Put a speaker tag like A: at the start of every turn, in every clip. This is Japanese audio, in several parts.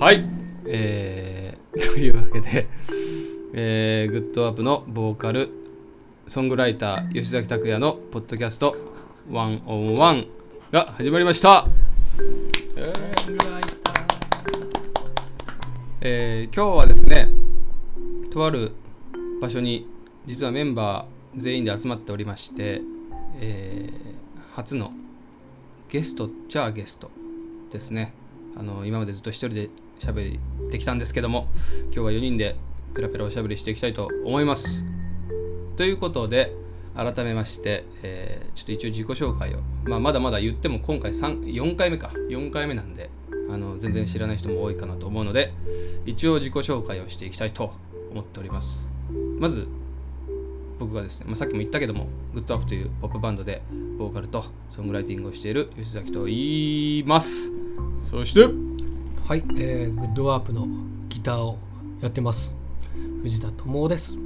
A: はい。えー、 というわけで、えー、グッドアップのボーカル、ソングライター、吉崎拓也のポッドキャスト、ワンオンワンが始まりました。えー、今日はですね、とある場所に、実はメンバー全員で集まっておりまして、えー、初のゲストっちゃゲストですね。あの今までずっと一人で喋りできたんですけども今日は4人でペラペラおしゃべりしていきたいと思いますということで改めまして、えーちょっと一応自己紹介を、まあ、まだまだ言っても今回3 4回目か4回目なんであの全然知らない人も多いかなと思うので一応自己紹介をしていきたいと思っておりますまず僕がですね、まあ、さっきも言ったけども、グッドアップというポップバンドでボーカルとソングライティングをしている吉崎と言います。そして、
B: はい、えー、グッドワープのギターをやってます藤田智夫です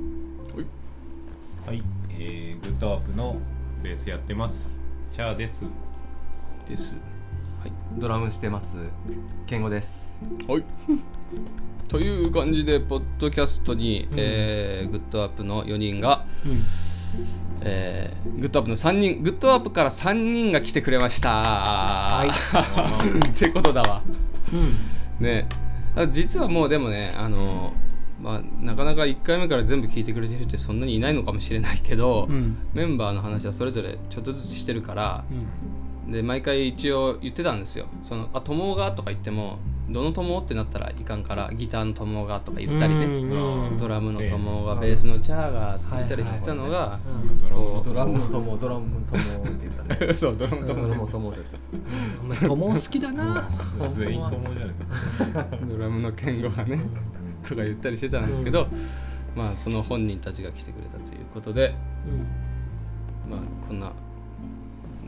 C: はい、えー、グッドアップのベースやってます。チャーです。
A: です。
D: ドラムしてます健吾です
A: はい。 という感じで、ポッドキャストに、えーグッドアップの4人が、えーグッドアップの3人、グッドアップから3人が来てくれました。 ってことだわ。
B: うん、うん、
A: ねあ実はもうでもねあの、まあ、なかなか1回目から全部聞いてくれてる人ってそんなにいないのかもしれないけど、
B: うん
A: メンバーの話はそれぞれちょっとずつしてるから、で毎回一応言ってたんですよ「そのあ友が」とか言っても「どの友?」ってなったらいかんからギターの友がとか言ったり
B: う
A: ね、
B: んうん
A: ドラムの友がベースのチャーがって言ったりしてたのが、
C: ドラム
A: こう
D: ドラムともドラムともって言ったね
A: そうドラムの
D: ド
A: 友
D: ラ
A: で
D: ム
A: す
D: ともって言っ
B: お前友夫好きだな
C: の全員ともじゃない
A: ドラムの健吾がねとか言ったりしてたんですけど、まあその本人たちが来てくれたということで
B: うん
A: まあこんな、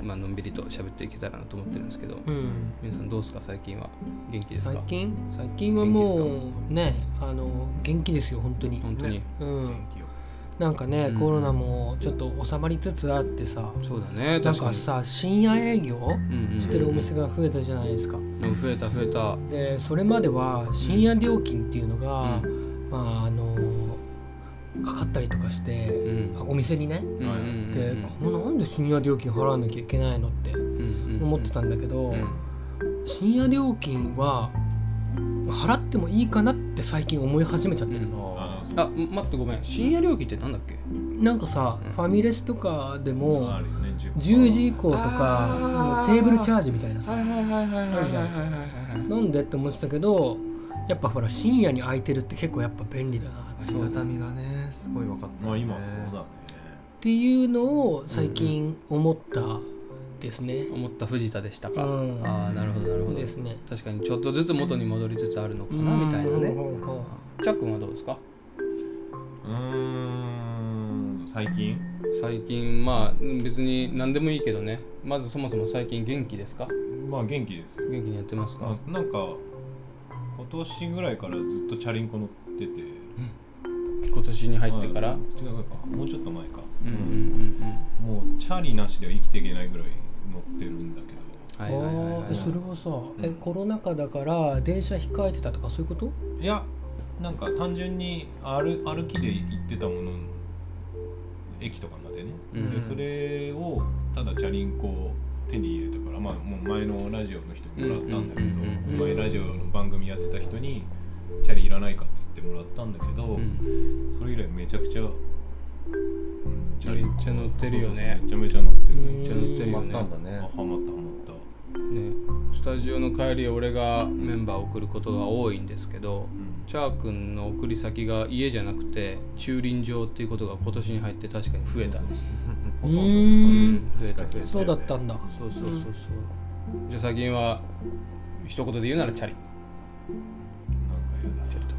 A: まあのんびりと喋っていけたらなと思ってるんですけど、
B: うん
A: 皆さんどうですか最近は元気です
B: 最
A: か
B: 近最近はもうねあの元気ですよ本当に
A: 本当に、
B: うんなんかね、
A: うん
B: コロナもちょっと収まりつつあってさ
A: そうだね
B: なん
A: 確か
B: か
A: に
B: さ深夜営業
A: うんうん
B: してるお店が増えたじゃないですか
A: でも増えた増えた
B: でそれまでは深夜料金っていうのが、
A: う
B: まああのかかったりとかして、
A: うん
B: あお店にね、
A: うんうんうん
B: でこのなんで深夜料金払わなきゃいけないのって
A: うん
B: 思ってたんだけど、
A: うん
B: 深夜料金は払ってもいいかなって最近思い始めちゃってる、
A: うん
C: あー
D: た
A: あ待ってごめん深夜料金ってなんだっけ
B: なんかさ、
A: うん
B: ファミレスとかで
C: そう
B: も
C: あるよね。
B: 10時以降とかそ
A: あー
B: のテーブルチャージみたいなさ
A: はいはいはい
B: はいはいはいはいなんでって思ってたけどやっぱほら深夜に空いてるって結構やっぱ便利だな
D: ありがたみがねすごい分かった
C: まあ今そうだね。
B: っていうのを最近思ったですね。
A: 思った藤田でしたか、
B: うん
A: ああなるほどなるほど
B: ですね。
A: 確かにちょっとずつ元に戻りつつあるのかなみたいな
B: うん
A: ね
B: うんうんうん
A: チャックンはどうですか
C: うーん、最近
A: 最近まあ別に何でもいいけどねまずそもそも最近元気ですか
C: まあ元気ですよ。
A: 元気にやってますか
C: まあなんか今年ぐらいからずっとチャリンコ乗ってて。
A: 今年に入ってから、
C: まあ違うか。もうちょっと前か。
A: うんうん
C: もうチャリなしでは生きていけないぐらい乗ってるんだけど。
A: うんうんはいはいはい
B: あ
A: は
B: あ、
A: い
B: それはさ、え
C: うん
B: コロナ禍だから電車控えてたとかそういうこと？
C: いやなんか単純に歩歩きで行ってたもの駅とかまでね、
A: うん
C: でそれをただチャリンコを手に入れたからまあもう前のラジオの人にもらったんだけど、
A: うんうん
B: うんうん
C: 前ラジオの番組やってた人に「チャリいらないか」っつってもらったんだけど、
A: うん
C: それ以来めちゃくちゃ、うんチャリンコ
A: めっちゃ乗ってるよね
C: そうそうそうめちゃめちゃ乗ってる、
B: うん
C: めっちゃ
A: 乗ってるよ
D: ま
A: ね
D: ったんだね
C: あハマったハマった
A: ねスタジオの帰り俺がメンバーを送ることが多いんですけど、
C: ん
A: チャー君の送り先が家じゃなくて駐輪場っていうことが今年に入って確かに増えた
C: そうそ
B: う
C: うそうほとんど
B: ーん、
A: 増えた増えた
B: そうだったんだ。
A: そうそうそうそうじゃあ最近は一言で言うならチャリ
C: なんかやだ
A: チャリと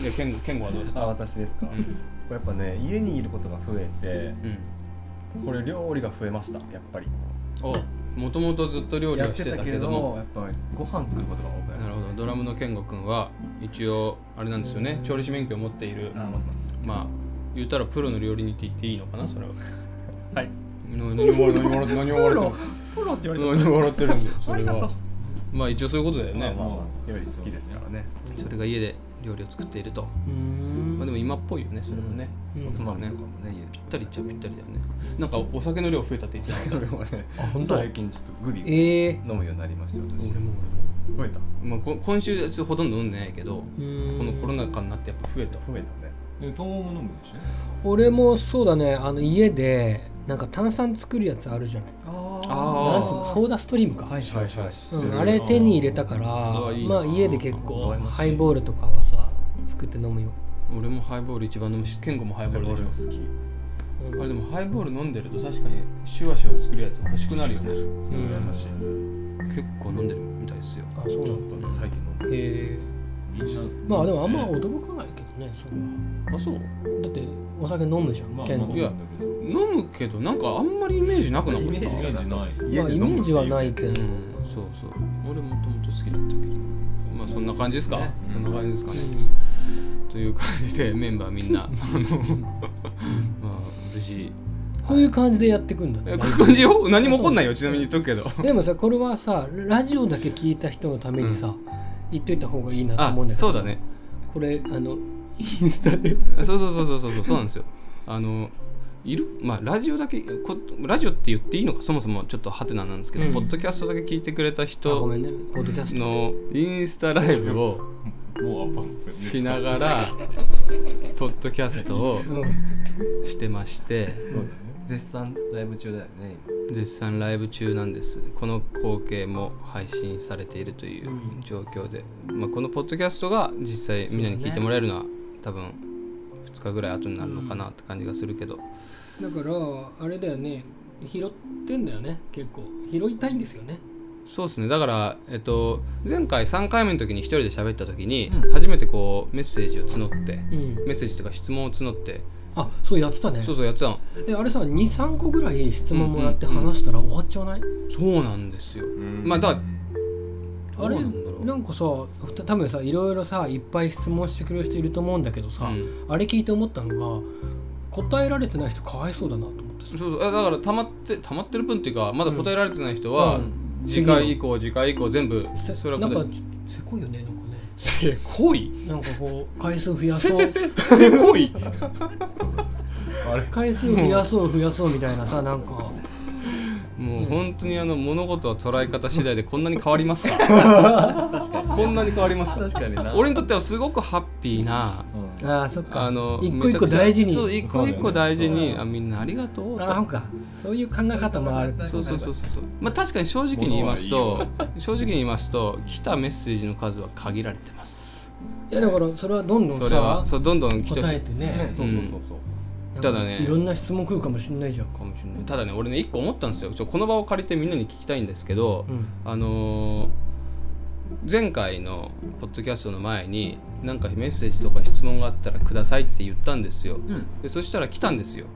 A: じゃあ健吾健吾はどうです
D: あ
A: か
D: 私ですか、
A: う
D: こ
A: ん
D: れやっぱね家にいることが増えて
A: うん
D: これ料理が増えましたやっぱり
A: おもともとずっと料理
D: やっ
A: はしてて
D: た
A: た
D: け
A: け
D: れ
A: ど
D: ど
A: も
D: もやっぱご飯作ることが多くなり
A: な
D: ま
A: る
D: した
A: ほどドラムの健吾君は一応あれなんですよね調理師免許を持っている
D: あー待ってます
A: まあ言ったらプロの料理人って言っていいのかなそれは
D: はい
A: な何を笑って何を笑ってる
D: プロって言われちゃっ
A: 何を笑ってるんだよそれはまあ一応そういうことだよね、
D: まあまあ料理好きですからね。
A: それが家で料理を作っていると、
B: うーん
A: まあ、でも今っぽいよねそれもね、
B: うん
D: おつまみとかもね、家で作
A: ぴ
D: っ
A: ったりっちゃぴったりだよねなんかお酒の量増えたって言ってなかった
D: て。俺もね
B: 本、当
D: 最近ちょっとグビグビ
B: ええ
D: 飲むようになりましたよ私。
A: 俺も
D: 増えた。
A: 俺も、まあこ、今週はほとんど飲んでないけど、
B: うーん
A: このコロナ禍になってやっぱ増えた
D: 増えたね。
C: で糖も飲むでしょ
B: 俺もそうだねあの家でなんか炭酸作るやつあるじゃない
D: あ
A: あ
B: なんつうのソーダストリームか、
D: はいはいはい。
B: うん、
C: そう
B: あれ手に入れたから
A: あーいいな
B: まあ家で結構
D: 羨ましい
B: ハイボールとかはさ作って飲むよ
A: 俺もハイボール一番飲むし健吾もハイボールでしょ
D: 好き。
B: うん
A: あれでもハイボール飲んでると確かにシュワシュワ作るやつ欲しくなるよね
D: ちょっと羨ましい。
A: 結構飲んでるみたいですよ
B: あそう
D: ち
B: な
D: ょっ
B: んだ
D: とね最近飲んでる。
B: へえ
C: みんな
B: まあでもあんま驚かないけどねそれは
A: あそう
B: だってお酒飲むじゃん、
C: まあ
B: 健
C: ま
B: 吾
C: あ
A: いや飲むけどなんかあんまりイメージなくなかった
D: イメー
C: イメージない
B: まあ、イメージはないけ
A: う
B: ど、
A: んそうそう俺もともと好きだったけどまあそんな感じですか、
D: ね
A: そんな感じですかね、
B: うん
A: という感じでメンバーみん なあのまあ無事
B: こういう感じでやってくんだね
A: えこういう感じよ何も起こんないよちなみに言っとくけど
B: でもさこれはさラジオだけ聞いた人のためにさ、言っといた方がいいなと
A: あ
B: 思うんだけど
A: そうだね
B: これあのインスタで
A: そうそうそうそうそうそうそうなんですよあのいるまあラジオだけこラジオって言っていいのかそもそもちょっとハテナなんですけど、
B: うん
A: ポッドキャストだけ聞いてくれた人
B: あごめんねポッドキャスト
A: のインスタライブを
C: もうアッパーです
A: しなが らポッドキャストをしてまして
D: 絶賛ライブ中だよね
A: 絶賛ライブ中なんですこの光景も配信されているという状況で、まあ、このポッドキャストが実際みんなに聞いてもらえるのは、多分2日ぐらい後になるのかなって感じがするけど、
B: だからあれだよね拾ってんだよね結構拾いたいんですよね
A: そうですねだから、えっと、前回3回目の時に1人で喋った時に、
D: うん
A: 初めてこうメッセージを募って
B: うん
A: メッセージとか質問を募って、
B: あそうやってたね
A: そうそうやってたの
B: えあれさ23個ぐらい質問もらって話したら終わっちゃわない、
A: そうなんですよまあだからどう
B: あれ
A: なんだろう
B: なんかさふた多分さいろいろさいっぱい質問してくれる人いると思うんだけどさ、
A: うん
B: あれ聞いて思ったのが答えられてない人かわいそうだなと思ってさ
A: そうそうあだから溜まって溜まってる分っていうかまだ答えられてない人は、
B: うん
A: 次回以降次回以降全部
B: せ
A: それ
B: な
A: は
B: ん
A: 答
B: か
A: え
B: ちせこいよねなんかね
A: せこい
B: なんかこう回数増や
A: せ
B: そ
A: せ
B: う
A: せせこ い
C: あれ
B: 回数増やそう増やそうみたいなさなんか
A: もう本当にあの物事は捉え方次第でこんなに変わります か確かにこんなに変わりますか
D: 確かにな
A: 俺にとってはすごくハッピーな
B: ああそっか
A: あの
B: 一個一個
A: めちゃくちゃ
B: 大事に
A: そう一
C: そう
A: 個
C: だ
A: 一個大事
C: よね
A: に、
D: そう
A: あみんなありがとう
B: あなん
A: と
B: かそういう考え方もある
A: そうそうそうそうそうまあ確かに正直に言いますと正直に言いますと来たメッセージの数は限られてます
B: いやだからそれはどんどん
A: それは
B: さ
A: そうどんどん来てほし
B: 答
A: い
B: えてね
D: ねそうそうそうそう
B: なん
A: た
B: か
A: だね
B: いろんな質問来るかもしれないじゃん
A: かもしれないただね俺ね一個思ったんですよちょこの場を借りてみんなに聞きたいんですけど、
B: うん
A: あのー前回のポッドキャストの前になんかメッセージとか質問があったらくださいって言ったんですよ
D: うん
A: でそしたら来たんですよ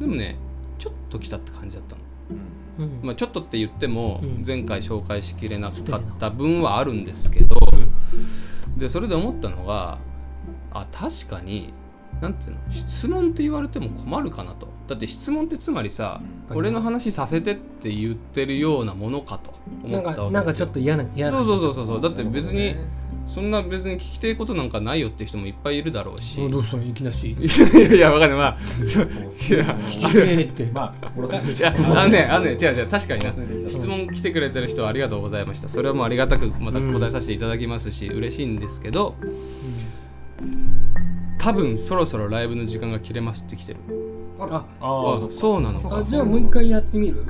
C: うん
A: でもねちょっと来たって感じだったの、
C: うん
B: うん
A: まあ、ちょっとって言っても
B: うん
A: 前回紹介しきれなかった分はあるんですけどでそれで思ったのがあ確かになんていうの質問って言われても困るかなとだって質問ってつまりさ、
B: うん
A: 俺の話させてって言ってるようなものかと思
B: な
A: っ
B: ん
A: たわけです
B: か
A: よ
B: なんかちょっと嫌な嫌な
A: そうそうそうそうそうだって別にそんな別に聞きたいことなんかないよって人もいっぱいいるだろうし、
B: もうどうしたのいきなし
A: いやいやわかんないまあそういや
B: 聞けって
C: まあ俺
A: いやあのねあのね違う違う確かにな質問来てくれてる人はありがとうございましたそれはもうありがたくまた答えさせていただきますし、嬉しいんですけど多分そろそろライブの時間が切れますって来てる
B: あ
C: あ
A: あ
C: あ
A: そう
C: そ
A: なの
B: あ
A: か
B: じゃあもう一回やってみる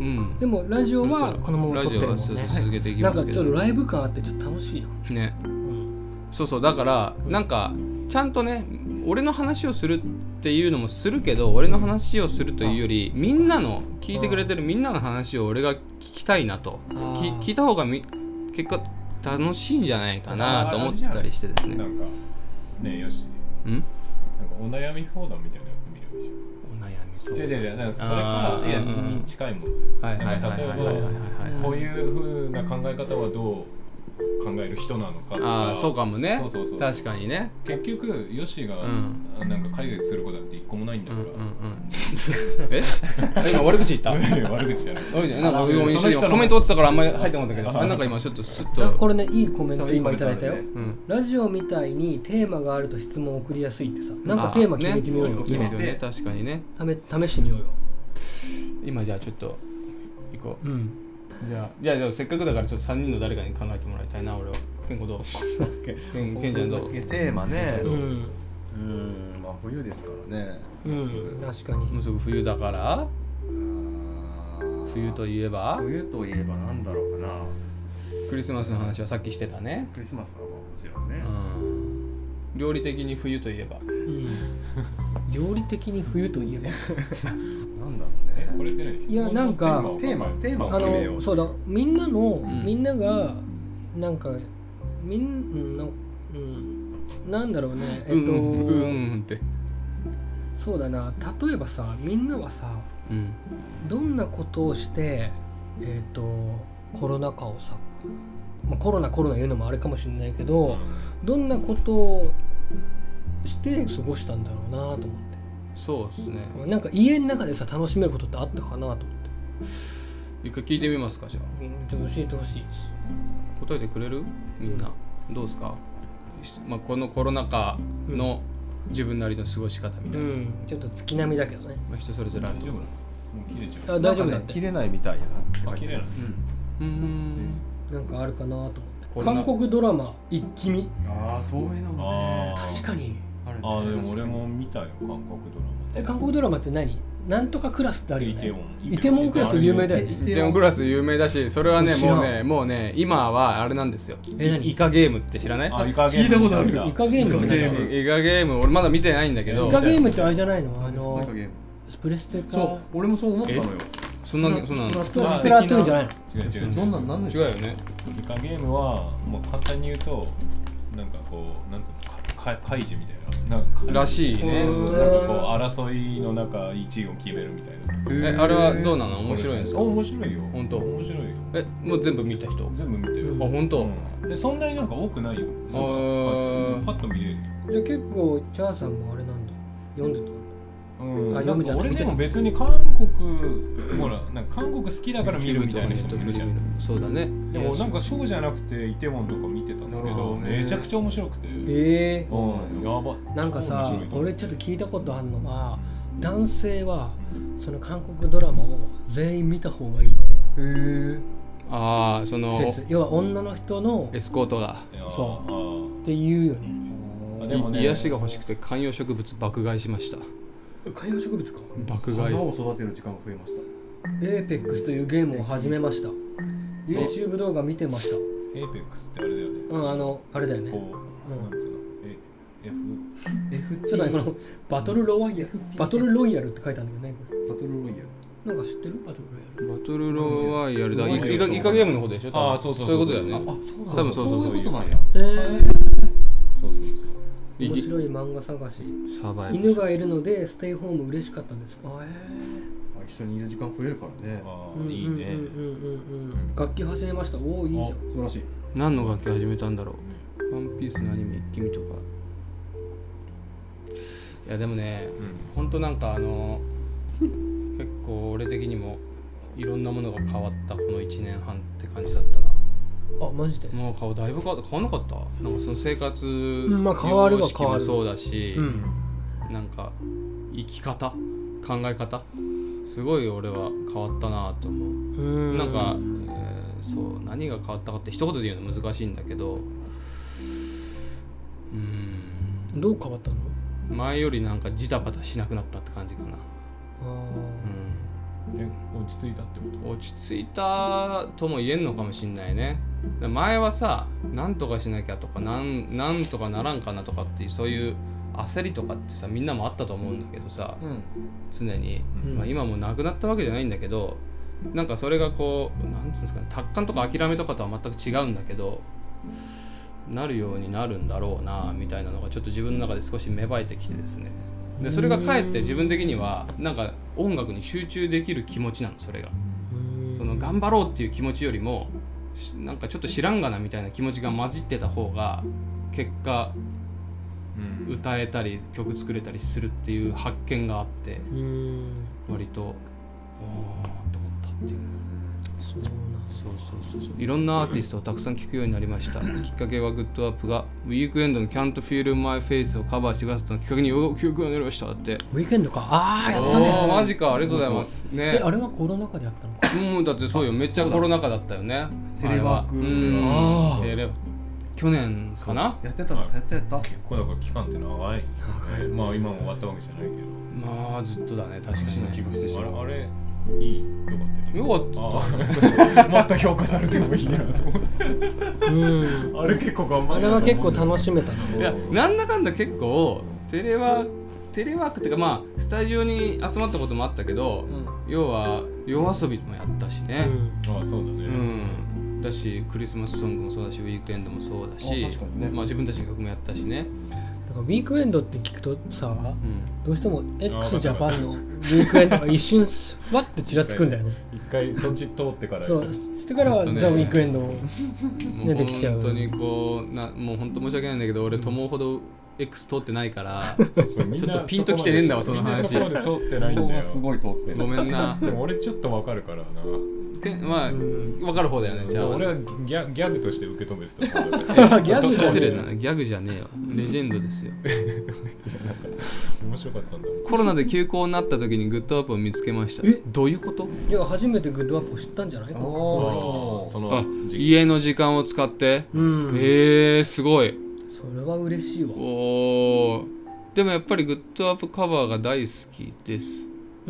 A: うん
B: でもラジオは
A: 本当だ
B: このまま撮ってるもん
A: ラジオはそう
B: ね
A: そう続けていき
B: な
A: ま
B: ん
A: す
B: か
A: け
B: ち
A: ど
B: ょっとライブ感あってちょっと楽しいな
A: ね
B: うん
A: そうそうだからなんかちゃんとね俺の話をするっていうのもするけど俺の話をするというよりみんなの聞いてくれてるみんなの話を俺が聞きたいなと
B: あ
A: き
B: ー
A: 聞いた方がみ結果楽しいんじゃないかなと思ったりしてです
C: う
A: ね
C: なんかねえよし
A: うん
C: なんかお悩み相談みたいなのやってみればいいじゃ
A: お悩みそ
C: ん違う
A: う
C: 違う違うなんかそれか
A: あー
C: いや
A: うん
C: に近いもの
A: はいはいはいはいはいはい
C: なんか例えばこういうふうな考え方はどう考える人なのかとか
A: ああそうかもね
C: そうそうそう
A: 確かにね
C: 結局ヨッシーが、
A: うん
C: あなんか海外することだって一個もないんだ
A: うん
C: か
A: うんうん
C: ら、
A: え 今悪口言った悪
C: 悪口じゃない
A: 口じゃないなんか
C: その人の
A: 今コメント落ちたからあんまり入ってなかったけどあなんか今ちょっとスッ
B: あ
A: と
B: これねいいコメント
D: そういい
B: 今
D: コ
B: い
D: メン
B: た
D: ト
B: だ
D: ある
B: い
D: ね
B: たよ
A: うん
B: ラジオみたいにテーマがあると質問をクリアすいってさなんかテーマ決めてみよう
A: ま
B: よ
A: あ、ね
D: 決め
A: です
D: て
A: よね確かにね
B: 試試してみようよ
A: 今じゃあちょっと行こう
B: うん
A: じゃあじゃあじゃあせっかくだからちょっと3人の誰かに考えてもらいたいな俺は健 吾どう健健ちゃんどう
D: お酒テーマね
B: う
A: ど
B: ん
D: うーんまあ冬ですからね
B: うん確か
A: もう
B: に
A: すぐ冬だから冬と
D: い
A: いえば
D: 冬といえばなんだろうかな
A: クリスマスの話はさっきしてたね
D: クリスマスはもちろん
A: う
D: ね
A: ん料理的に冬といえば
B: うん料理的に冬といえば
D: なんだろ
C: え
D: う
C: こ
D: ね
C: れって何
B: いやなんか
D: テーマテーマ
B: あ
D: 決めよ
B: の
D: う
B: そうだみんなの、
A: ん
B: みんながなんかみんうんなんうんなんだろうねえっと、
A: うんうんうんうんって
B: そうだな例えばさみんなはさ
A: うん
B: どんなことをしてえっとコロナ禍をさ、まあ、コロナコロナ言うのもあれかもしれないけどどんなことをして過ごしたんだろうなと思って
A: そうですね
B: まあなんか家の中でさ楽しめることってあったかなと思って
A: 一回聞いてみますかじゃあ
B: うんちょっと教えてほしい
A: 答えてくれるみんなどうですか、しまあ、このコロナ禍の自分なりの過ごし方みた
B: う
A: いな、
B: んちょっと月並みだけどね
A: まあ、人それぞ
C: 大
A: れあ
C: 丈
A: ると
C: 夫なの
A: 思
C: もう切れちゃう
B: あ大丈夫だっ
D: なんかね
B: て
D: 切れないみたいやな
C: あ切れない
A: うんうん
B: なんかあるかなと思って
A: コロナ
B: 韓国ドラマ「一気見
D: ああそういうのもね
C: あー
B: 確かに
D: あるね
C: あーでも俺も見たよ韓国ドラマ
B: え韓国ドラマって何なんとかクラスってある
C: イ
B: よ
C: テウ
B: ね
C: ォン
B: イテウォンクラス有名だよね
A: でもグラス有名だしそれはね
B: 知らん
A: もうねもうね今はあれなんですよ
B: え何
A: イカゲームって知らない
C: あイカゲーム
D: 聞いたことある
B: イカゲームって
D: イカゲ
B: 何
D: ーム
A: イカゲーム俺まだ見てないんだけ
C: ム
A: ど
B: イカゲームってあれじゃないのあ
D: そう
B: の
D: いうゲーム
B: プレステか
D: そう俺もそう思ったのよ
A: そんなそんなの
D: ス
B: スプ
D: プラ
B: ラ
D: ス
B: ス
D: プ
B: プ
D: ラ
B: ラ
D: 的
B: トゥ
D: な
B: ーンじゃないの
C: 違う違う違う
D: どんなんなんで
A: 違
D: す
A: う
D: か
A: よね
C: イカゲームはもう簡単に言うとなんかこうなんつうのかか開示みたいななんか
A: らしいね
C: そうなんかこう争いの中1位を決めるみたいなさ
D: へ
A: え
D: ー
A: あれはどうなの面白いんですか
C: あ面白いよ
A: 本当
C: 面白いよ
A: えもう全部見た人あ
C: 全部見てよ
B: うん
A: 本当
C: うんえそんなになんか多くないよなんか
A: あー
C: パッと見れるよ
B: じゃあ結構チャーさんもあれなんだ読んでた
C: うん、
B: あ
C: な
B: 読む
C: ん
B: じ
C: か
B: ゃん
C: 俺でも別に韓国ほらなんか韓国好きだから見るみたいな人もいるじゃん
A: そうだね
C: でもなんかそうじゃなくてイテウォンとか見てたんだけ
D: なるほ
C: ど
D: どね
C: めちゃくちゃ面白くて
B: え
C: うんやば
B: なんかさ
C: 超面白いと思う
B: 俺ちょっと聞いたことあるのは男性はその韓国ドラマを全員見た方がいいって
D: へ
A: ああその
B: 説要は女の人の
A: エスコートが
C: いや
B: そ
C: あ
B: っていうよね
C: ーあ
A: い
C: でもね
A: 癒しが欲しくて観葉植物爆買いしました
B: 観葉植物か
A: 爆買い
D: 花を育てる時間が増えました
B: APEX というゲームを始めました YouTube 動画見てました
C: エイペックスってあれだよね
B: うんあのあれだよね
C: こう、
B: うん
C: なんつうのえ F
D: FT
B: ちょっとねこのバトルロワイヤル
D: FPS
B: バトルロイヤルって書いてあるんだよねこ
D: バトルロイヤル
B: れなんか知ってるバトルロイヤル
A: バトルロワイヤルだ
D: うん
A: イカイカイカゲームの方でしょ多分
C: あーそうそう
A: そ
C: そうう
A: いう
C: そう
A: ことだよね
D: そう
A: なんだ多分そうそうそう
D: いうことなんや
B: え
C: そうそうそう
B: ー、面
A: い
B: 白い漫画探し
A: サバイバル
B: 犬がいるのでステイホーム嬉しかったんですあ
D: あ一緒にいる時間増えるからね
C: あ
B: え
C: あいいね、
B: うんうんうんうんうん楽器始めましたおおいいじゃん
D: 素晴らしい
A: 何の楽器始めたんだろうワンピースのアニメ一気見とかいやでもね
C: うん
A: ほんとなんかあ の結構俺的にもいろんなものが変わったこの1年半って感じだったな
B: あマジで
A: もう顔だいぶ変わった変わらなかったなんかその生活
B: んまあ変わるは
A: 様式
B: 変わ
A: も
B: る
A: そうだし、
B: うん
A: なんか生き方考え方すごい俺は変わったなと思う
B: うん
A: なんか、えーそう何が変わったかって一言で言うの難しいんだけどうーん
B: どう変わったの
A: 前よりなんかジタバタしなくなったって感じかな、
B: あ
C: え落ち着いたってこ
A: うん、落ち着いたとも言えんのかもしんないね前はさなんとかしなきゃとかなんなんとかならんかなとかっていうそういう焦りとかってさみんなもあったと思うんだけどさ
D: うん
A: 常に、
B: うん
A: まあ、今もうなくなったわけじゃないんだけどなんかそれがこうなんつうんですかね達観とか諦めとかとは全く違うんだけどなるようになるんだろうなみたいなのがちょっと自分の中で少し芽生えてきてですねでそれがかえって自分的にはなんか音楽に集中できる気持ちなのそれが
B: ーうん
A: その頑張ろうっていう気持ちよりもしなんかちょっと知らんがなみたいな気持ちが混じってた方が結果
C: うん
A: 歌えたり曲作れたりするっていう発見があって
B: うん
A: 割とおーと思ったっていう
B: そうなんです
A: そうそうそうそういろんなアーティストをたくさん聴くようになりましたきっかけはグッドアップがウィークエンドの「Can't Feel My Face」をカバーしてくださったのきっかけによく記憶がなりましただって
B: ウィークエンドかああや
A: お
B: ったね
A: ーマジかありがとうございますね
B: えあれはコロナ禍でやったのか
A: うんだってそうよめっちゃコロナ禍だったよね
D: テ
A: あれ
D: レワーク
A: は
D: あ
A: うん
D: ー
A: テレ去年かな
D: やってたのやってた
C: 結構だから期間って長い、ね、まあ今も終わったわけじゃないけど
A: まあずっとだね確かにね
D: がしてしまう
C: あれあれいいよかった
A: よか
C: った また評価されてもいいなと思 って
B: うん
C: あれ結構頑張
B: あ
C: っ
B: れ
C: た
B: は結構楽しめたない
A: やなんだかんだ結構テレワークテレワークっていうかまあスタジオに集まったこともあったけど、要は夜遊びもやったしね、
C: ああそうだね、
A: うん、だしクリスマスソングもそうだしウィークエンドもそうだし
D: あ確かにね
A: まあ、自分たちの曲もやったしね、
B: だからウィークエンドって聞くとさ
A: うん、
B: どうしても
C: わ
B: x
C: かった
B: ジャパンのウィークエンドが一瞬ふわってちらつくんだよね
C: 一回そっち通ってから
B: そうしてからは
A: ちょっとね
B: ザ・ウィークエンドを
A: も
B: 出てきちゃう
A: 本当にこうなもう本当申し訳ないんだけど俺友ほど X 通ってないから
C: そうみんな
A: ちょっとピンときてねえんだわその話
C: みんなそこまで通ってないん
D: ここ
C: だ
D: が
C: よ
D: すごい通ってる
A: ごめんな
C: でも俺ちょっとわかるからな
A: てまあ、
B: うん
A: 分かる方だよねじゃあ
C: 俺はギャギャグとして受け止めてた
B: ギャグ
A: 年
B: だ
A: 失礼
B: ね
A: だなギャグじゃねえわレジェンドですよ
C: 面白かったんだ
A: コロナで休校になった時にグッドアップを見つけました
B: え
A: どういうこと
B: いや初めてグッドアップを知ったんじゃない
D: お
C: そ
A: あ
C: の時期
A: 家の時間を使って、
B: うん
A: えー、すごい
B: それは嬉しいわ
A: おーでもやっぱりグッドアップカバーが大好きです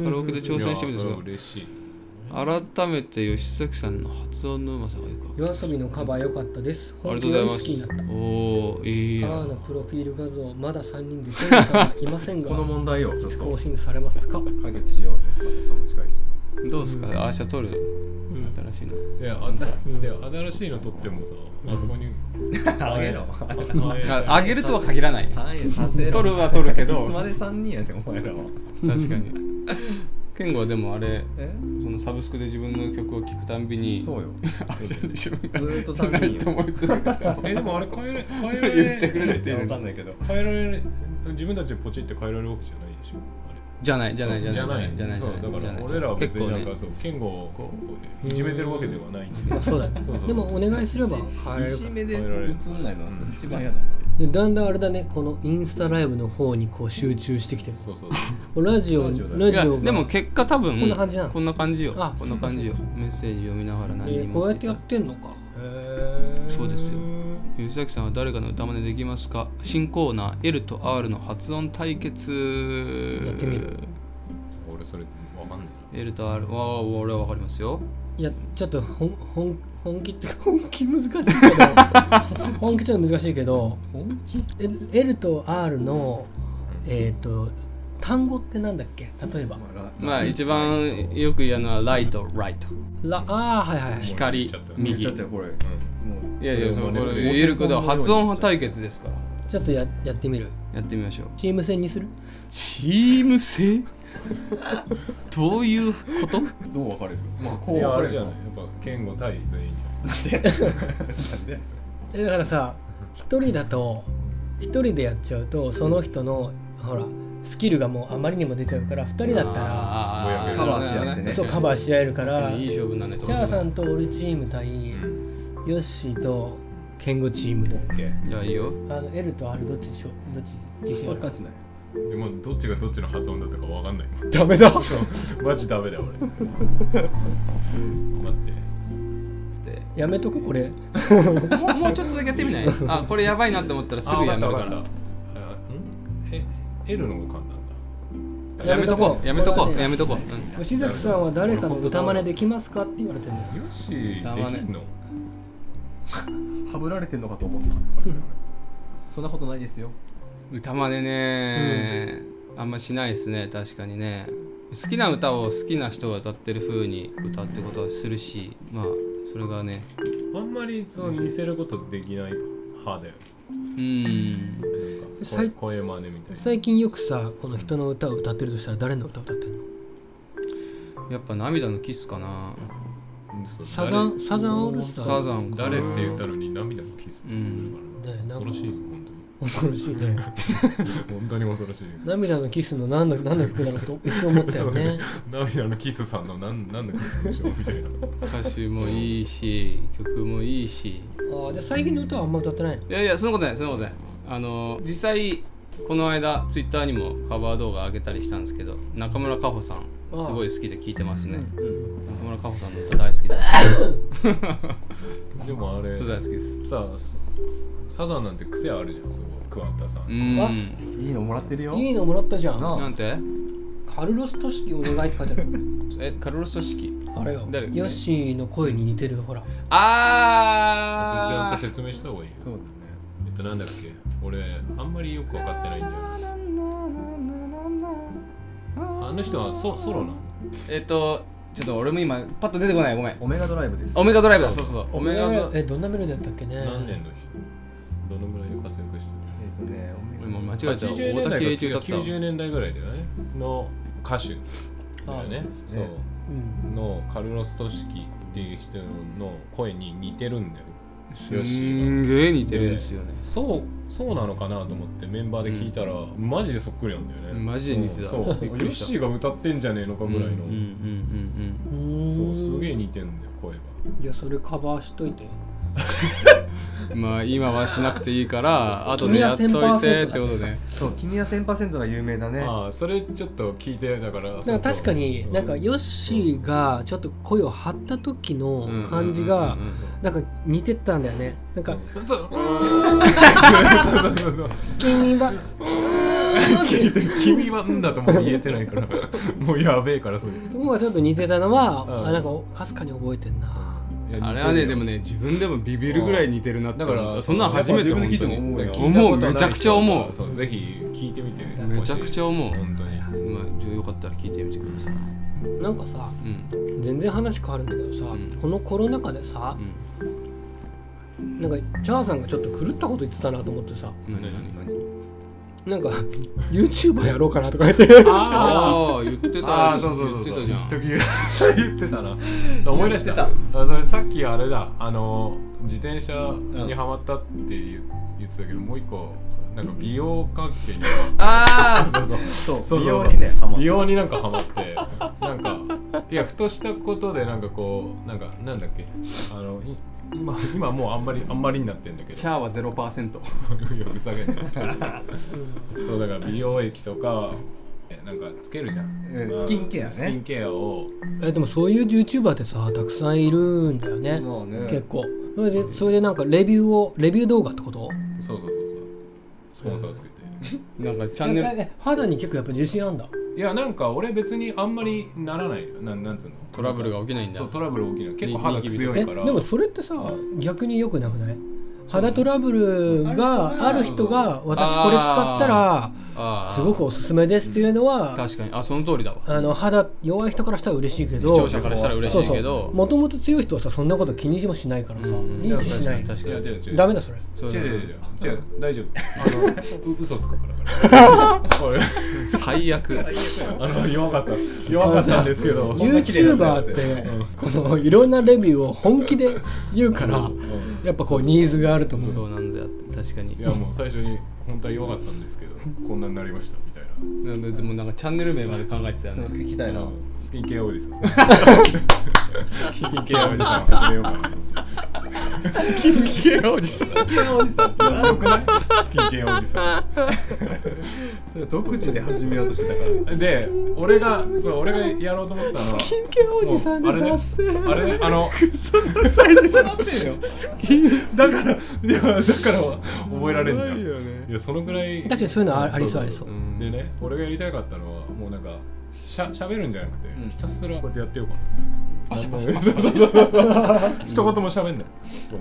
A: カラオケで挑戦してみた
C: いやそれは
A: んで
C: 嬉しい
A: すが改めて吉崎さんの発音のうまさがよくわかる
B: 夜遊びのカバー良かったです
A: ありがと
B: 本当
A: うござい
B: に
A: ま
B: 好きになった
A: すおーいい
B: カー
A: な
B: のプロフィール画像まだ3人で整理されていませんが
D: この問題をちょっ
B: 更
D: と
B: 新されますか、
D: 解決しようぜまたその近いですね
A: どうですかアーシャ撮る
B: うん
A: 新しいの
C: いやあんた
B: ん
C: で新しいの撮ってもさあそこに
D: あげろ
A: ああげるとは限らない
D: 反映させろ
A: 撮るは撮るけど
D: いつまで3人やねんお前らは
A: 確かに健吾はでもあれ
D: え
A: そのサブスクで自分の曲を聴くたんびに
D: そうよ
A: アーシャでしょ
D: ずーっと3人
A: ないと
D: よ
A: 思い続けた
C: えでもあれ変えれ変え ら
A: 言ってくれ
C: れ
A: るって
D: い
A: い
D: やわ
A: う
D: かんないけど
C: 変えられ自分たちでポチって変えられるわけじゃないでしょ
A: じゃないじゃない
C: あ
A: じ
C: れ
A: ゃないじゃないじ
C: そ
A: ゃ
C: う
A: ない
C: だ
A: じ
C: か
A: ゃない
C: ら俺らは別になんか
A: 結
C: そう健吾をこういじめてるわけではないんで
B: まあそうだね
C: そうそう
B: でもお願いすれば変えれるか
D: 一目で映んないのは一番嫌だ
B: でだんだんあれだねこのインスタライブの方にこう集中してきてる
C: そうそう
B: もうラジオラ
D: ラ
B: ジ
D: ジ
B: オ
D: オ
A: 構
D: だ
B: が
A: ねいやでも結果多分
B: こんな感じなの
A: こんな感じよ
B: あ
A: こんな感じよメッセージを見ながら
B: え
A: 何に
B: ー
A: も
B: こうやってやってんのかへえ
A: そうですよゆ崎さんは誰かの歌真似できますか新コーナー L と R の発音対決
B: やってみる
C: 俺それわかんない
A: L と R わあ俺はわかりますよ
B: いやちょっとほんほん本気っていうか 本気難しいけど本気ちょっと難しいけど
D: 本気
B: L- L と R のえっ、と単語ってなんだっけ例えば
A: まあ一番よく言うのはライトライト
B: ラああはいはいはい
A: 光
D: 右
A: 右
D: ち
A: い
D: ょっとよこれ、もう
A: やいやそのこ
D: れを真似
A: れ
D: す
A: 言えることは発音対決ですから
B: ちょっとややってみる
A: やってみましょう
B: チーム戦にする
A: チーム制どういうこと
D: どう分かれるまあこ
C: いうや
D: 分か
C: あ
D: れ
C: れ
D: る
C: じゃないやっぱ健吾対全員
B: えだからさ一人だと一人でやっちゃうとその人のほらスキルがもうあまりにも出ちゃうから二人だったら
A: あー
C: カ
D: バーし合ってね
B: そうカバーし合えるから
A: いい
B: チ
A: 勝負なんで
B: ャーさんと俺チーム対ヨッシーとケンゴチームで
C: じゃん
A: いやいいよ
B: あの L と R どっちでしょどっち自信
D: そ
B: あ
D: うい
B: る
D: う感じない
C: でまずどっちがどっちの発音だったかわかんないも
B: ダメだ
C: んマジダメだ俺待 って
A: って
B: やめとくこれ
A: もうもうちょっとだけやってみないあこれやばいなって思ったらすぐやめるから
C: あわったわかったあんえ L の方簡単だ
A: やめとこうやめとこ
B: こ
A: う
B: れはね
A: やめとこう、
B: 吉崎さんは誰かの歌真似できますかって言われてるんだよ
C: よしで
A: たまね
C: きんの
D: はぶられてんのかと思ったそんなことないですよ
A: うん歌まねね、あんましないですね確かにね好きな歌を好きな人が歌ってる風に歌ってことはするしまあそれがね
C: あんまりその似せることできない派だよ
A: うん
B: 最
C: ね声真似みたいな
B: 最近よくさこの人の歌を歌ってるとしたら誰の歌を歌ってるの
A: やっぱ涙のキスかな
C: ンそう
B: サザン
C: 誰
B: サザンオールスター
A: サザンか
C: 誰って言ったのに涙のキスって言ってくるから
B: うん
C: な恐ろしいよ本
B: 恐ろしいね
C: 当に 本当に恐ろしいよ
B: 涙のキスの何の何の曲なのかと一生思ったよね
C: 涙のキスさんの何何の曲なんでしょうみたいな
A: 歌詞もいいし曲もいいし
B: ああじゃあ最近の歌はあんま歌ってないの
A: いやいやそんなことないそんなことないあの実際この間ツイッターにもカバー動画上げたりしたんですけど中村佳穂さん
B: ああ
A: すごい好きで聴いてますね
D: うん
A: 中村佳穂さんの歌大好きです
C: でもあれ
A: 歌大好きです
C: さあすサザンなんて癖あるじゃんすごい桑田さん、
A: う
B: あ
A: ん
D: いいのもらってるよ
B: いいのもらったじゃん
D: な
A: なんて
B: カルロス・トシキお願いって書いてある
A: えカルロス組織
B: あれよ
A: 誰
B: ヨッシーの声に似てるほら
C: それちゃん
A: あ
C: と
A: ー
C: 説明した方がいいよ
D: そうだね
C: えっとなんだっけ俺あんまりよく分かってないんだよなあの人はソソロなの
A: えっとちょっと俺も今パッと出てこないごめん
D: オメガドライブです
A: オメガドライブだそうそうオ
B: お
A: メガド
B: えどんなメロディーだったっけね
C: 何年の人どのぐらいで活躍して
D: えっ、とねオメガ
A: 俺も間違えた大
C: るの80年代
A: 竹栄一
C: か
A: 歌ってたわ
C: 90年代ぐらいだよねの歌手だよねそ
D: あそううですね
B: うん
C: のカルロス・トシキっていう人の声に似てるんだよ
A: す
C: ヨッシー
A: ん
C: が
A: げえ似てるんですよね
C: そうそうなのかなと思ってメンバーで聞いたら、マジでそっくりなんだよね、
A: マジで似てた
C: そう
A: びっ
C: ヨ
A: く
C: ッ
A: りした
C: シーが歌ってんじゃねえのかぐらいの、
A: うんうんうん
B: うーん
C: そうすげえ似てんだよ声が
B: じゃあそれカバーしといて
A: うんまあ今はしなくていいから後でやっといてってことね
D: そう君は1000%が有名だね
C: ああそれちょっと聞いてだから
B: なんか確か
C: そ
B: に
C: う
B: なんかヨッシーがちょっと声を張った時の感じが
A: うんうんうんうん
B: なんか似てたんだよねなんか
C: そう そううーんそうそうそう
B: 「君は」
C: 聞いてる君はうんだとも言えてない からもうやべえからそれ
B: 僕がちょっと似てたのは、
C: うん
B: あなんかかすかに覚えてんな
A: あれはねでもね自分でもビビるぐらい似てるなって
C: だ
A: 思
C: か
A: う
C: ら
A: そんなん初めて
D: 自分で聞いても
A: 本
D: 思うよ
A: 当に思うめちゃくちゃ思う
C: そうぜひ聞いてみて
A: めちゃくちゃ思う
C: 本当に
A: まあよかったら聞いてみてください
B: なんかさ
A: うん
B: 全然話変わるんだけどさ、
A: うん
B: このコロナ禍でさ
A: う、ん
B: なんかチャーさんがちょっと狂ったこと言ってたなと思ってさ
A: 何
C: 何
A: 何
B: なんか YouTuber やろうかなとか言って
A: ああ言って
C: あ
A: た
C: あそうそうそ
A: 言
C: う
A: ってたじゃん
C: 言ってたなそう思い出したあそれさっきあれだあの自転車にはまったって言言ってたけどもう一個なんか美容関係に
A: ああ
C: そうそう
D: そ
C: そうそ
D: う
C: う
D: 美容にねハマった
C: 美容になんかハマって なんかいやふとしたことでなんかこうなんかなんだっけあのい今今もうあんまりあんまりになってんだけど
A: シャアは0%
C: よく下げて そうだから美容液とかえなんかつけるじゃん、
D: うんスキンケアね
C: スキンケアを
B: えでもそういう YouTuber ってさたくさんいるんだよね、
D: まあね
B: 結構それでそれでなんかレビューをレビュー動画ってこと
C: そうそうそうそうスポンサーつけて、
A: なんかチャンネ
B: やっぱ
A: ル
B: り肌に結構やっぱ自信あんだ
C: いやなんか俺別にあんまりならないよなんなんつうの
A: トラブルが起きないんだ
C: そうトラブル起きない結構肌強
B: え
C: い
B: で
C: から
B: もそれってさ逆によくなくない肌トラブルがある人が私これ使ったら
A: あー
B: すごくおすすめですっていうのは
A: 確かにあその通りだわ
B: あの肌弱い人からしたら嬉しいけ
A: 視
B: ど
A: 聴者からしたら嬉しいけ
B: そうそ
A: ど
B: うもともと強い人はさそんなこと気にもしないからさ
A: うん
B: リーチしない
A: 確かに
C: いや違う違う
B: ダメだそれ
A: そう
C: 違う
A: だね
C: 違う違う違う大丈夫あの う嘘つくからだからおい
A: 最悪
C: あの 弱かった弱かったんですけど
B: YouTuber ってこのいろんなレビューを本気で言うから
C: うん
B: やっぱこうニーズがあると思う
A: そうなんだよ確かに
C: いやもう最初に本当は弱かったんですけどこんなになりましたみたいな
A: なんででもなんかチャンネル名まで考えてたよ
D: そ
A: ね
D: う聞きたいな
C: スキンケアおじさ ん。スキンケアおじさん始めようかな。
A: スキンケアおじさん
D: スキンケアおじさんって
C: よくないスキンケアおじさ
D: それ独自で始めようとしてたから
C: ん。で、俺が、そう、俺がやろうと思ってたのは。
B: 金券おじさんで
C: もうあれね
B: 達成
C: あれね、あの、だから、いや、だから覚えられんじゃん。いや、そのぐらい。
B: 確かにそういうのあありそうありそう
A: うん
C: でね、俺がやりたかったのは、もうなんか、しゃ、喋るんじゃなくて、
D: うん
C: ひたすらこうやってやってようかな。
D: パシャパシ ャ
C: 一言も喋んない。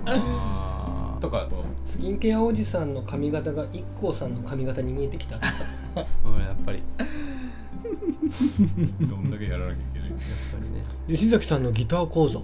A: あ
C: とか、
B: スキンケアおじさんの髪型が IKKO さんの髪型に見えてきた
A: ーうんやっぱり
C: どんだけやらなきゃいけない。
A: やっぱりね
B: 吉崎さんのギター講座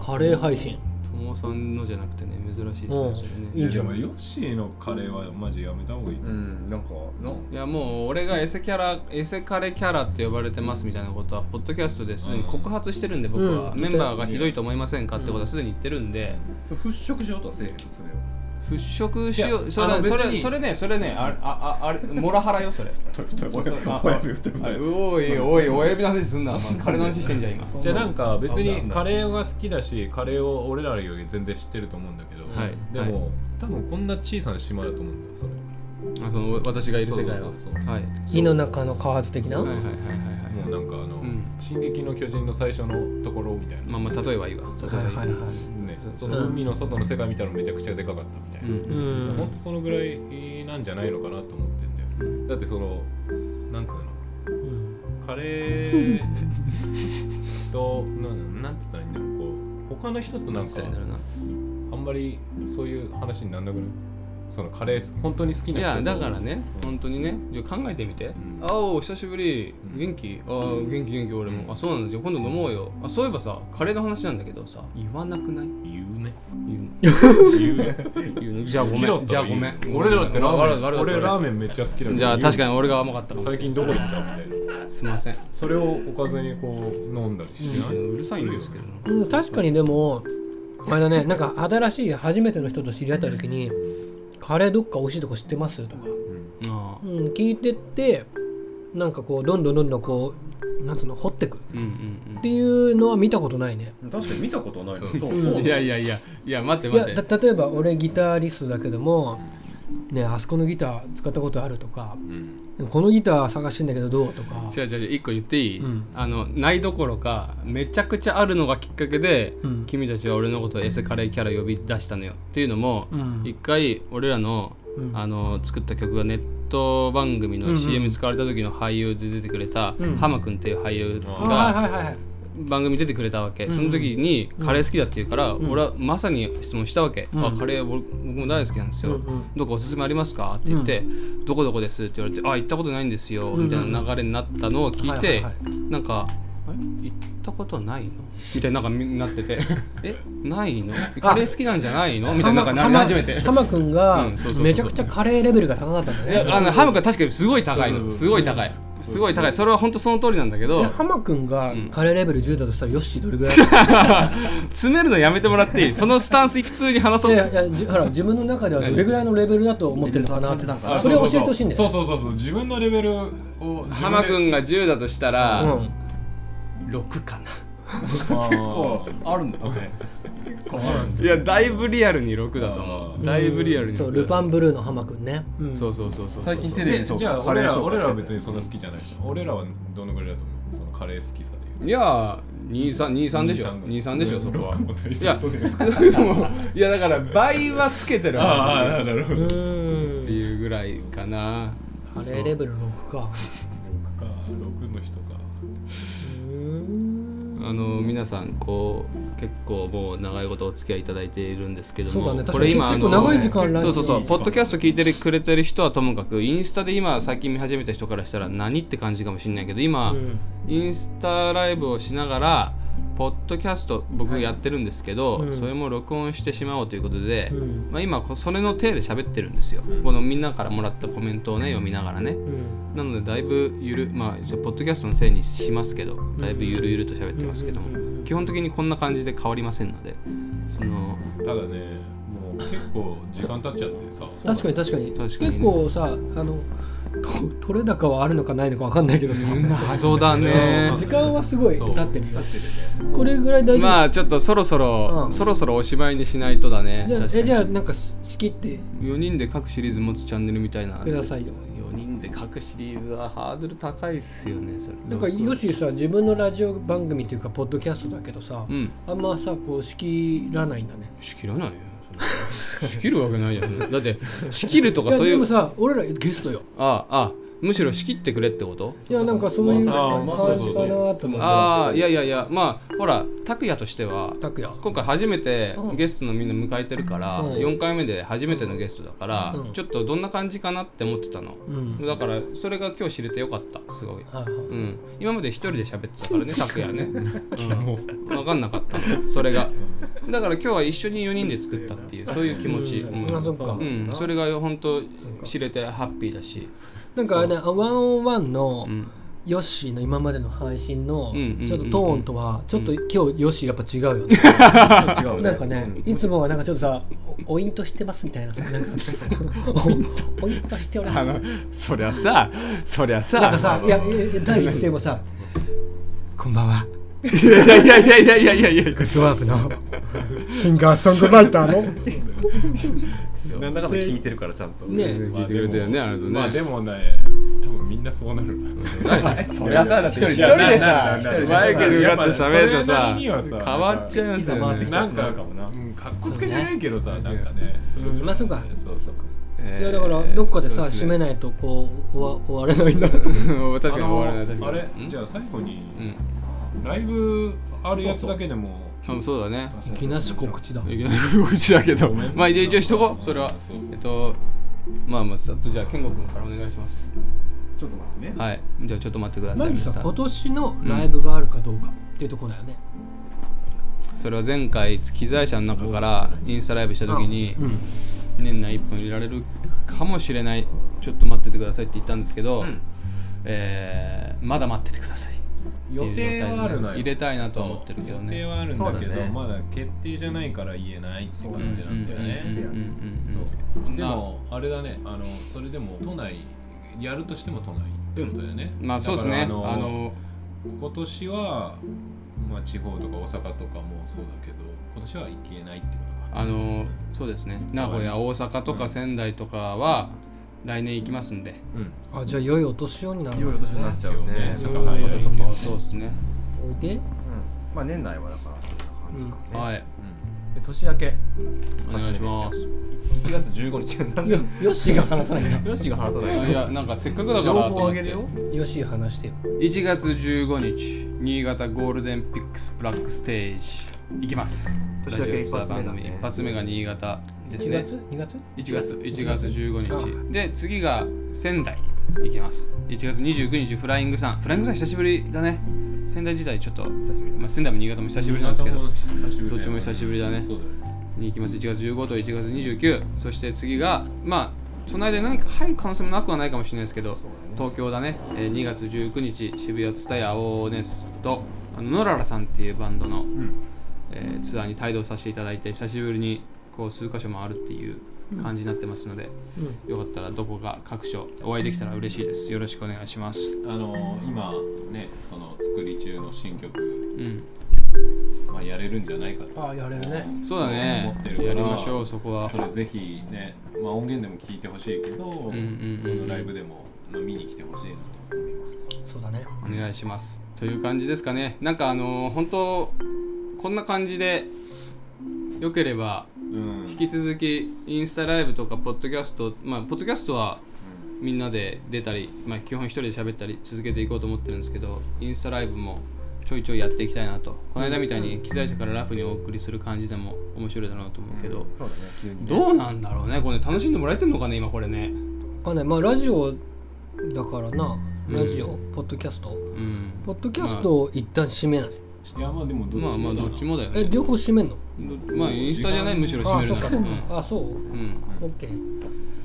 B: カレー配信
A: 友尾さんのじゃなくてね珍しい
B: うん
A: ですよね、
B: いいんじゃ
C: い
B: な
C: や
B: い
C: でもヨッシーのカレーはマジやめた方がいい、
D: うんなんかない
A: やもう俺がエセキャラエセカレキャラって呼ばれてますみたいなことはポッドキャストですでに告発してるんで僕は、
B: うん
A: メンバーがひどいと思いませんかってことはすでに言ってるんで、
D: それ払拭しようとはせえへんそれを
A: 払拭しよ
C: いうや
A: それ
C: あの
A: そ
C: 別
A: れ
C: に
A: それねそれねああああれモラハラよそれ
C: 太い太い
A: そうそうあ
C: 親指太い太い
A: おいおい親指の話すんなお前金の話してんじゃん今
C: じゃあなんか別
D: あ
C: に
D: なんだ
C: カレーが好きだしカレーを俺らより全然知ってると思うんだけど、
A: はい
C: でも、多分こんな小さな島だと思うんだよそれ
A: あその私がいる世界は
C: そうそうそうそう
A: はい
B: 井の中の河津的な
A: はいはいはいはいはい
C: もうなんかあの、
A: うん
C: 進撃の巨人」の最初のところみたいな、
A: まあまあ例えばいいわ例えばいい、
B: はいはいはい
C: ね、その海の外の世界見たらめちゃくちゃでかかったみたいな、
A: うん
B: う
C: ほん
B: ん
C: とそのぐらいなんじゃないのかなと思ってんだよ、だってそのなんつうのカレー となんなんつったらいいんだろうこう他の人となんか
A: 癖になるな
C: あんまりそういう話になんなくないそのカレー本当に好き
A: い
C: な人と
A: やだからね、
C: うん
A: 本当にねじゃあ考えてみて、
C: ん
A: あお久しぶり
C: うん
A: 元気、ああ元気元気俺も、あそうなんだじゃあ今度飲もうよあそういえばさカレーの話なんだけどさ言わなくない
C: 言うね
A: 言うの
C: 言うね
A: 言うのじゃあご
C: 好き
A: め
C: だったら
A: んじゃあごめ
C: い
A: ん
C: いよ俺らだってラ
A: 悪い悪
C: ーメン
A: い悪い
C: 俺ラーメンめっちゃ好きだ
A: じゃあ確か
C: に
A: に俺が甘かったかもしれな
C: 最
A: い
C: 近どこ行ったみたいな
A: すいません
C: それをおかずにこう飲んだりしないう
A: るさいんですけど
B: うん、確かにでも前だねなんか新しい初めての人と知り合った時に「カレーどっか美味しいとこ知ってます?」とか、
A: ああ
B: うん、聞いてってなんかこうどんどんどんどんこうなんつうの掘ってくっ
A: うんうん
B: ていうのは見たことないね
D: 確かに見たことないのそうそう
A: うんいやいやいやいや待って
B: いや
A: 待って
B: た例えば俺ギタリストだけどもねあそこのギター使ったことあるとかこのギター探してんだけどどうとか
A: 違う違う違う一個言っていい、
B: うん
A: あのないどころかめちゃくちゃあるのがきっかけで、
B: うん
A: 君たちは俺のことをエセカレーキャラ呼び出したのよっていうのも
B: うん
A: 一、回俺らの,、
B: うん
A: あの作った曲がネット番組
B: うんう
A: の
B: ん
A: CM に使われた時の俳優で出てくれた、
B: うん
A: ハマ君っていう俳優
B: あはい
A: が
B: はいはいはい
A: 番組に出てくれたわけ、
B: んうん
A: その時にカレー好きだって言うから、
B: ん
A: 俺はまさに質問したわけ、
B: うん
A: あカレー僕僕も大好きなんですよ、
B: うんうん
A: どこおすすめありますか?」って言って、どこどこです」って言われて「あ行ったことないんですよ」みたいな流れになったのを聞い
B: はい
A: て
B: はい
A: なんか「あれ行ったことないの?」みたいななんかみんな ってて「えないのカレー好きなんじゃないの?」みたいななんかなり始めて。
B: ハマ君が
A: うんそうそうそうそう
B: めちゃくちゃカレーレベルが高かったんだ
A: い
B: ね
A: やあのハムが確かにすごい高い
C: そうそ
A: の
C: うそう
A: すごい高いすごい高いそれは本当その通りなんだけ
B: で
A: ど
B: ハマ君が
A: ん
B: カレーレベル10だとしたらヨッシーどれぐらいだっ
A: 詰めるのやめてもらっていいそのスタンス普通に話
B: た
A: そ
B: いうやいやじほら自分の中ではどれぐらいのレベルだと思ってるのかなって
D: レベルの感じなんかな
B: それを教えてほしいんだ
C: そ
B: よ
C: うそうそうそう自分のレベルを
A: ハマ
C: ん
A: 君が10だとしたら、
B: うん
A: 6かな
C: 結
D: 構あるんだね
A: いやだいぶリアルに6だと思
C: あ
A: うだいぶリアルに
B: そう
A: 6
B: ルパンブルーのハマ君ね、うん
A: そうそうそうそう
D: 最近テレビでそう
C: じゃあ
D: カ
C: 俺
D: レー
C: ら
D: 紹介
C: 俺らは
D: して
C: 別
D: て
C: にそんな好きじゃないでしょ俺らはどのぐらいだと思うそのカレー好きさで言う
A: いや2323でしょ
C: 23
A: 23でしょそこは
C: ロックも大し
A: い
C: た
A: や
C: ことです
A: 少なくともいやだから倍はつけてるは
C: ああなるほ
B: う
C: ど
A: ずって
B: ーん
A: いうぐらいかな
B: カレーレベル6か
C: 6か6の人か
B: うーん
A: あの皆さんこう結構もう長いことお付き合いいただいているんですけど
B: そうだ
A: も
B: ね
A: これ今あ
B: 確かに結
A: の
B: 構長い時間ラジ
A: そ
B: オ
A: うそうそ
D: いうい時
A: ポ
D: 間
A: ッドキャスト聞いてくれてる人はともかくインスタで今最近見始めた人からしたら何って感じかもしれないけど今、
B: うん
A: インスタライブをしながらポッドキャスト僕やってるんですけど、
B: うん
A: それも録音してしまおうということで、
B: うん
A: まあ、今こそれの体で喋ってるんですよ、このみんなからもらったコメントをね読みながらね
B: うん
A: なのでだいぶゆるまあ一応ポッドキャストのせいにしますけどだいぶゆるゆると喋ってますけども、
B: うんうん
A: 基本的にこんな感じで変わりませんのでそ の
C: ただねもう結構時間経っちゃってさ
B: 確かに確かに
A: 確かにね
B: 結構さあのと取れ高はあるのかないのかわかんないけどさ
A: 謎だね
B: 時間はすごい
C: そう
B: 経ってるよこれぐらい大丈夫
A: まあちょっとそろそろ、
B: うん
A: そろそろおしまいにしないとだね
B: じゃあ
A: 確か
B: え
A: に
B: じゃあなんかし仕切って
A: 4人で各シリーズ持つチャンネルみたいな
B: くださいよ
A: 4人で各シリーズはハードル高いっすよねそれ
B: なんかよしさ自分のラジオ番組っていうかポッドキャストだけどさ、
A: うん
B: あんまさこう仕切らないんだね
A: 仕切らないよそれ仕切るわけないじゃんだって仕切ると
B: い
A: か
B: や
A: そうい
B: でも
A: う
B: さ俺らゲストよ
A: あああむしろ仕切ってくれってこと
B: いやなんかそういう
C: まあまあ
B: 感じかなって
D: そうそうそう
B: 思っ
A: ああいやいやいやまあほら拓也としては
B: て拓也
A: 今回初めて
B: うん
A: ゲストのみんな迎えてるから、
B: うん
A: 4回目で初めてのゲストだから、
B: うん
A: ちょっとどんな感じかなって思ってたの、
B: うん
A: だからそれが今日知れてよかったすごい
B: はいはい
A: うん、今まで一人で喋ってたからね、拓也ね。
C: もう
A: 分かんなかったの、それが。だから今日は一緒に4人で作ったっていうそういう気持ち、
B: う
A: うん
B: んあそっか
A: うんそれが本当知れてハッピーだし、
B: なんかあれねワンオンワンの
A: うん
B: ヨッシーの今までの配信の
A: うんうんうんうん
B: ちょっとトーンとはちょっと今日ヨッシーやっぱ違うよね
D: 違うね
B: なんかね、いつもはなんかちょっとさ、おおインとしてますみたいなさ、なんか、おおインとしております。なん
A: そりゃさそりゃさ
B: かさ、いや、いや第一声もさ、こんばんは、
A: いやいやいやいやいやいやいや
B: グッドワープのシンガーソングライターの。
C: なんだかんだ聞いてるからちゃんと
A: ね聞いてくれてるよねあなたね
C: まあでもね多分みんなそうなるな
A: そりゃさだって一人一人でさ一人でマイケルがって喋るとさ変わっちゃいますよね
C: なんかかもな、うん、かっこつけじゃないけどさ、なんかね、そう
B: うんまあそうか
C: そうそう
A: えー
B: いや、だから、どっかでさ、
A: そうす
B: 締
A: ね
B: めないと、こう、終わ終われないんだ。
A: うん 確かに終わらない確
C: あ
A: かに
C: れじゃあ最後に、
A: うん
C: ライブあるやつだけでも
A: あそうだね
B: きなし告知だ。
A: いきなり不口だけど
C: ごめん
A: まあ一応一応しとこうそれは
C: そうそう
A: えっとまあまあさっとじゃあ健吾君からお願いします
D: ちょっと待ってね
A: はいじゃあちょっと待ってくださ
B: ま
A: い
B: ず
A: 皆
B: さ
A: さ、
B: 今
A: ん
B: 年のライブがあるかどうかっていうところだよね。
A: それは前回機材車の中からインスタライブした時に
B: うん。
A: 年内1本入れられるかもしれないちょっと待っててくださいって言ったんですけど、
C: うん
A: えーまだ待っててください
C: 予定はあるのよ
A: 入れたいなとは思ってるけどね
C: そう予定はあるんだけど
D: そうだね
C: まだ決定じゃないから言えないって感じなんですよね、
A: うんうんうんうんうん
C: そうでもあれだねあのそれでも都内やるとしても都内ってことだよね
A: まあそうですねあ
C: だから
A: の
C: あの今年は、まあ、地方とか大阪とかもそうだけど今年は行けないってことか
A: あのそうですね名古屋大阪とか仙台とかは来年行きますんで
C: うん
B: あ、じゃあ、良いお年をになる。
D: いろいろとになっちゃうね
C: 一
A: そ
C: 応
A: う
C: ね
A: いうこととかはそうですね
B: おいで。
D: うんまあ年内はだからそんな感じかね、
A: はい
D: で年明け
A: お願いします
D: 1月15日なん
B: い
D: で
B: や
D: よ、
B: ヨッシーが話さないんだ。
D: しが話さ
A: あ
D: ない
A: いやなんかせっかくだからと思って
B: ヨッシー話してよ。
A: 1月15日新潟ゴールデンピックスブラックステージ行きます
D: 年明け
A: ラジオツアー番組
D: 一発目だね
A: 一発目が新潟です
B: 1
A: ね
B: 月 ?2 月
A: 1月1月15
B: あ
A: 日で次が仙台行きます1月29日フライングさんフライングさん久しぶりだね仙台時代ちょっと久しぶり、まあ、仙台も新潟も久しぶりなんですけど
C: 新潟も久しぶ
A: ど
C: りだよね
A: っちも久しぶりだね
C: そうだよね
A: に行きます1月15と1月29そして次がまあその間に何か入る可能性もなくはないかもしれないですけど、東京だね、えー2月19日渋谷ツタヤオーネスとあのノララさんっていうバンドの、えーツアーに帯同させていただいて久しぶりにこう数箇所回るっていう感じになってますので、よかったらどこか各所お会いできたら嬉しいですよろしくお願いします
C: あの今ねその作り中の新曲、
A: うん
C: まあ、やれるんじゃないかと
B: あやれるね
A: そうだね
C: 思ってるから
A: やりましょうそこは
C: それぜひね、まあ、音源でも聞いてほしいけど、
A: んうんうん
C: そのライブでも飲みに来てほしいなと思います
B: そうだね
A: お願いしますという感じですかねなんかあのー本当こんな感じでよければ
C: うん
A: 引き続きインスタライブとかポッドキャストまあポッドキャストはみんなで出たり、まあ、基本一人で喋ったり続けていこうと思ってるんですけどインスタライブもちょいちょいやっていきたいなとこの間みたいに機材車からラフにお送りする感じでも面白いだろうなと思うけど
D: そうだね急にね
A: どうなんだろうねこれね楽しんでもらえてんのかね今これね
B: わかんないまあラジオだからな
A: うん
B: ラジオ、ポッドキャスト
A: うん
B: ポッドキャストを一旦閉めない、
C: いやまあでもどっちも
A: まあまあどっちもだよ
B: え
A: ね
B: 両方閉めんの
A: どまあインスタじゃないむしろ
B: あ
A: 閉める
B: そっ
A: なら
B: かそっ
A: うんう
B: かあそう
A: ん
B: オッケー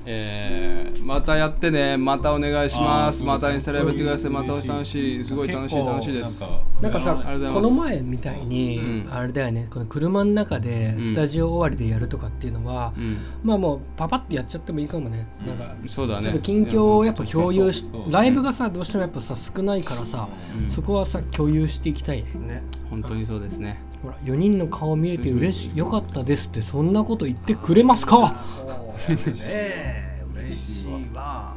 A: えーまたやってねまたお願いします
C: あー
A: またインスタライブやってくださいま
C: 嬉しい
A: た楽しいすごい楽しい
C: 結構
A: 楽しいです
C: なんか
B: なんかさ
C: あ
A: りがとうご
B: こ
A: ざいます
B: の前みたいに、
A: うん
B: あれだよねこの車の中で
A: ん
B: スタジオ終わりでやるとかっていうのは
A: う、ん
B: まあもうパパってやっちゃってもいいかもね、なんか
A: そうだね
B: ちょっと近況をやっぱ共有
C: そ
B: し
C: うそうそう
B: ライブがさどうしてもやっぱさ少ないからさ、
A: うん
B: そこはさ共有していきたいね
D: ね
A: 本当にそうですね
B: ほら4人の顔見れて嬉しいよかったですってそんなこと言ってくれますか
D: え嬉しいわ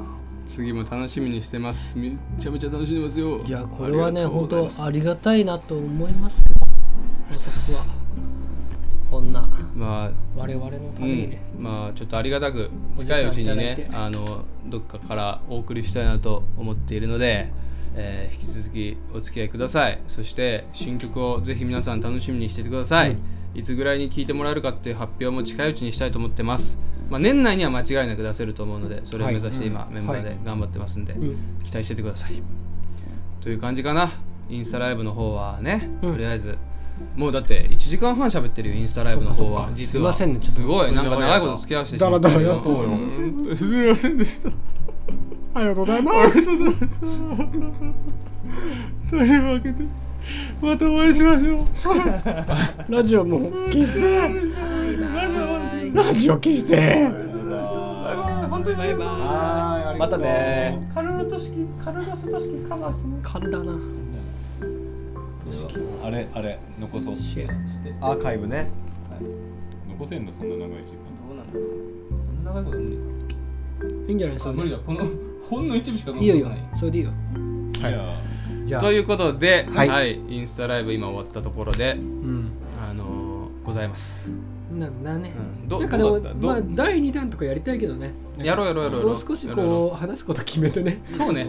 A: 次も楽しみにしてますめちゃめちゃ楽しんでますよ
B: いやこれはね
A: ありがとう
B: 本
A: ございます
B: 当ありがたいなと思います私はこんな
A: まあ
B: 我々のた
A: う
B: めに
A: ん
B: ね、、
A: まあちょっとありがたく近いうちに
B: お時間いただい
A: ね
B: て
A: あのどっかからお送りしたいなと思っているので、えー引き続きお付き合いくださいそして新曲をぜひ皆さん楽しみにしててください、いつぐらいに聴いてもらえるかっていう発表も近いうちにしたいと思ってます、まあ、年内には間違いなく出せると思うのでそれを目指して今、メンバーで頑張ってますんで、
B: ん
A: 期待しててくださいという感じかなインスタライブの方はね、
B: うん
A: とりあえずもうだって1時間半喋ってるよインスタライブの方
B: そっかそっ
A: は
B: か
A: 実は
B: すいませんねちょっと
A: すごいなんか長いこと付き合わせてしまってるよ
D: だらだらやっと
A: うん
C: すみませんでした。
B: ありがとうございます
C: とうございます。というわけで、またお会いしましょう。
B: ラジオもう消してラジオ消して
C: 本当にバイバ
D: はいまたね
C: イ。カルロトシキ、カルロストシキカバーしてね。
B: 噛んだな
C: あれ、あれ、残そう。
B: シェ
D: アーカイブね
C: 残せんの、そんな長い時間。
E: どうなんだろう長いことは無理か
B: いいんじゃないそ
E: あ
B: れ
E: 無
B: で
E: 理だこのほんの一部しか残
B: いい
E: さ
B: よ
E: ない
B: い
E: い
B: よそれでいいよ
C: はいや。
B: じゃあ
A: ということで、は
B: はいい
A: インスタライブ今終わったところで、
B: うん
A: あのーございます。
B: なんだね
A: うんど
B: なんかでも
A: どうだったどう
B: まあ第2弾とかやりたいけどね
A: やろうやろうやろうやろ
B: もう少しこう話すこと決めてね
A: そう ね。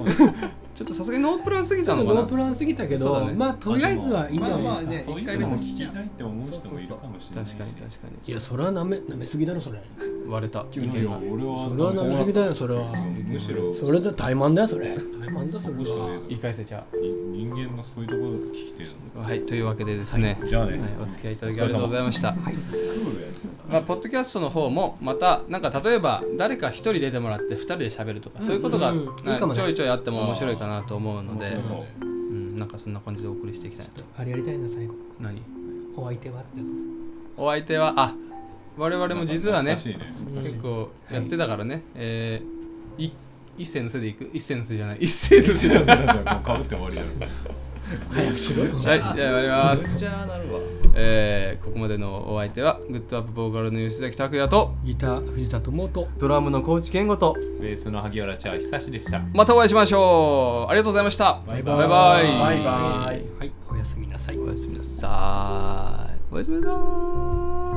A: ちょっとさすがにノープランすぎ
B: ち
A: た
B: ょっと
A: のか
B: ノー
A: な
B: プ。ランすぎたけ
A: そうだ
B: ど
A: ね
B: まあとりあえずはいいんじゃ
D: まあ
B: な
D: まあ
B: いですか
C: そ
D: ね
C: うい
D: 一
C: う
D: 回目
C: の
D: も
C: も聞
D: 聞き
C: き
D: た
C: たいって思う人もいるかもしれない。
A: 確かに確かに。
B: いやそれはなめなめすぎだろそれ
A: 割れた。意見
C: い
A: が
C: や俺は
B: それはなめすぎだよそれは
C: むしろ
B: それで怠慢だよそれ怠慢だそれ
C: しか
B: は
C: ね
A: 言い返せちゃ
C: 人間のそういうところ聞きてる
A: う。はい、というわけでですね、
C: じゃあね
A: はいお付き合いいただきありがとうございました。
C: ク
A: まあ、ポッドキャストの方もまたなんか例えば誰か一人出てもらって二人で喋るとかそういうことが、
B: うんうんうんいいかもね
A: ちょいちょいあっても面白いかなと思うので、
C: ー
A: う。ん、なんかそんな感じでお送りしていきたいなと
B: あれやりたいな最後
A: 何
B: お相手はって
A: お相手はあ我々も実はね
C: 懐かしいね
A: 結構やってたからね、えーい一世のせでいく一世のせじゃない一世のせだ はい
C: かぶって終わりだよ。
B: 早くしろ
A: じゃあ終わります、
C: じゃあなるわ。
A: えーここまでのお相手はグッドアップボーカルの吉崎拓也と
B: ギター藤田智と
D: ドラムの高知健吾と
C: ベースの萩原茶久しでした。
A: またお会いしましょうありがとうございました
B: バイ
A: バイバイ
D: バイバイ
B: はいおやすみなさい
A: おやすみなさいおやすみなさい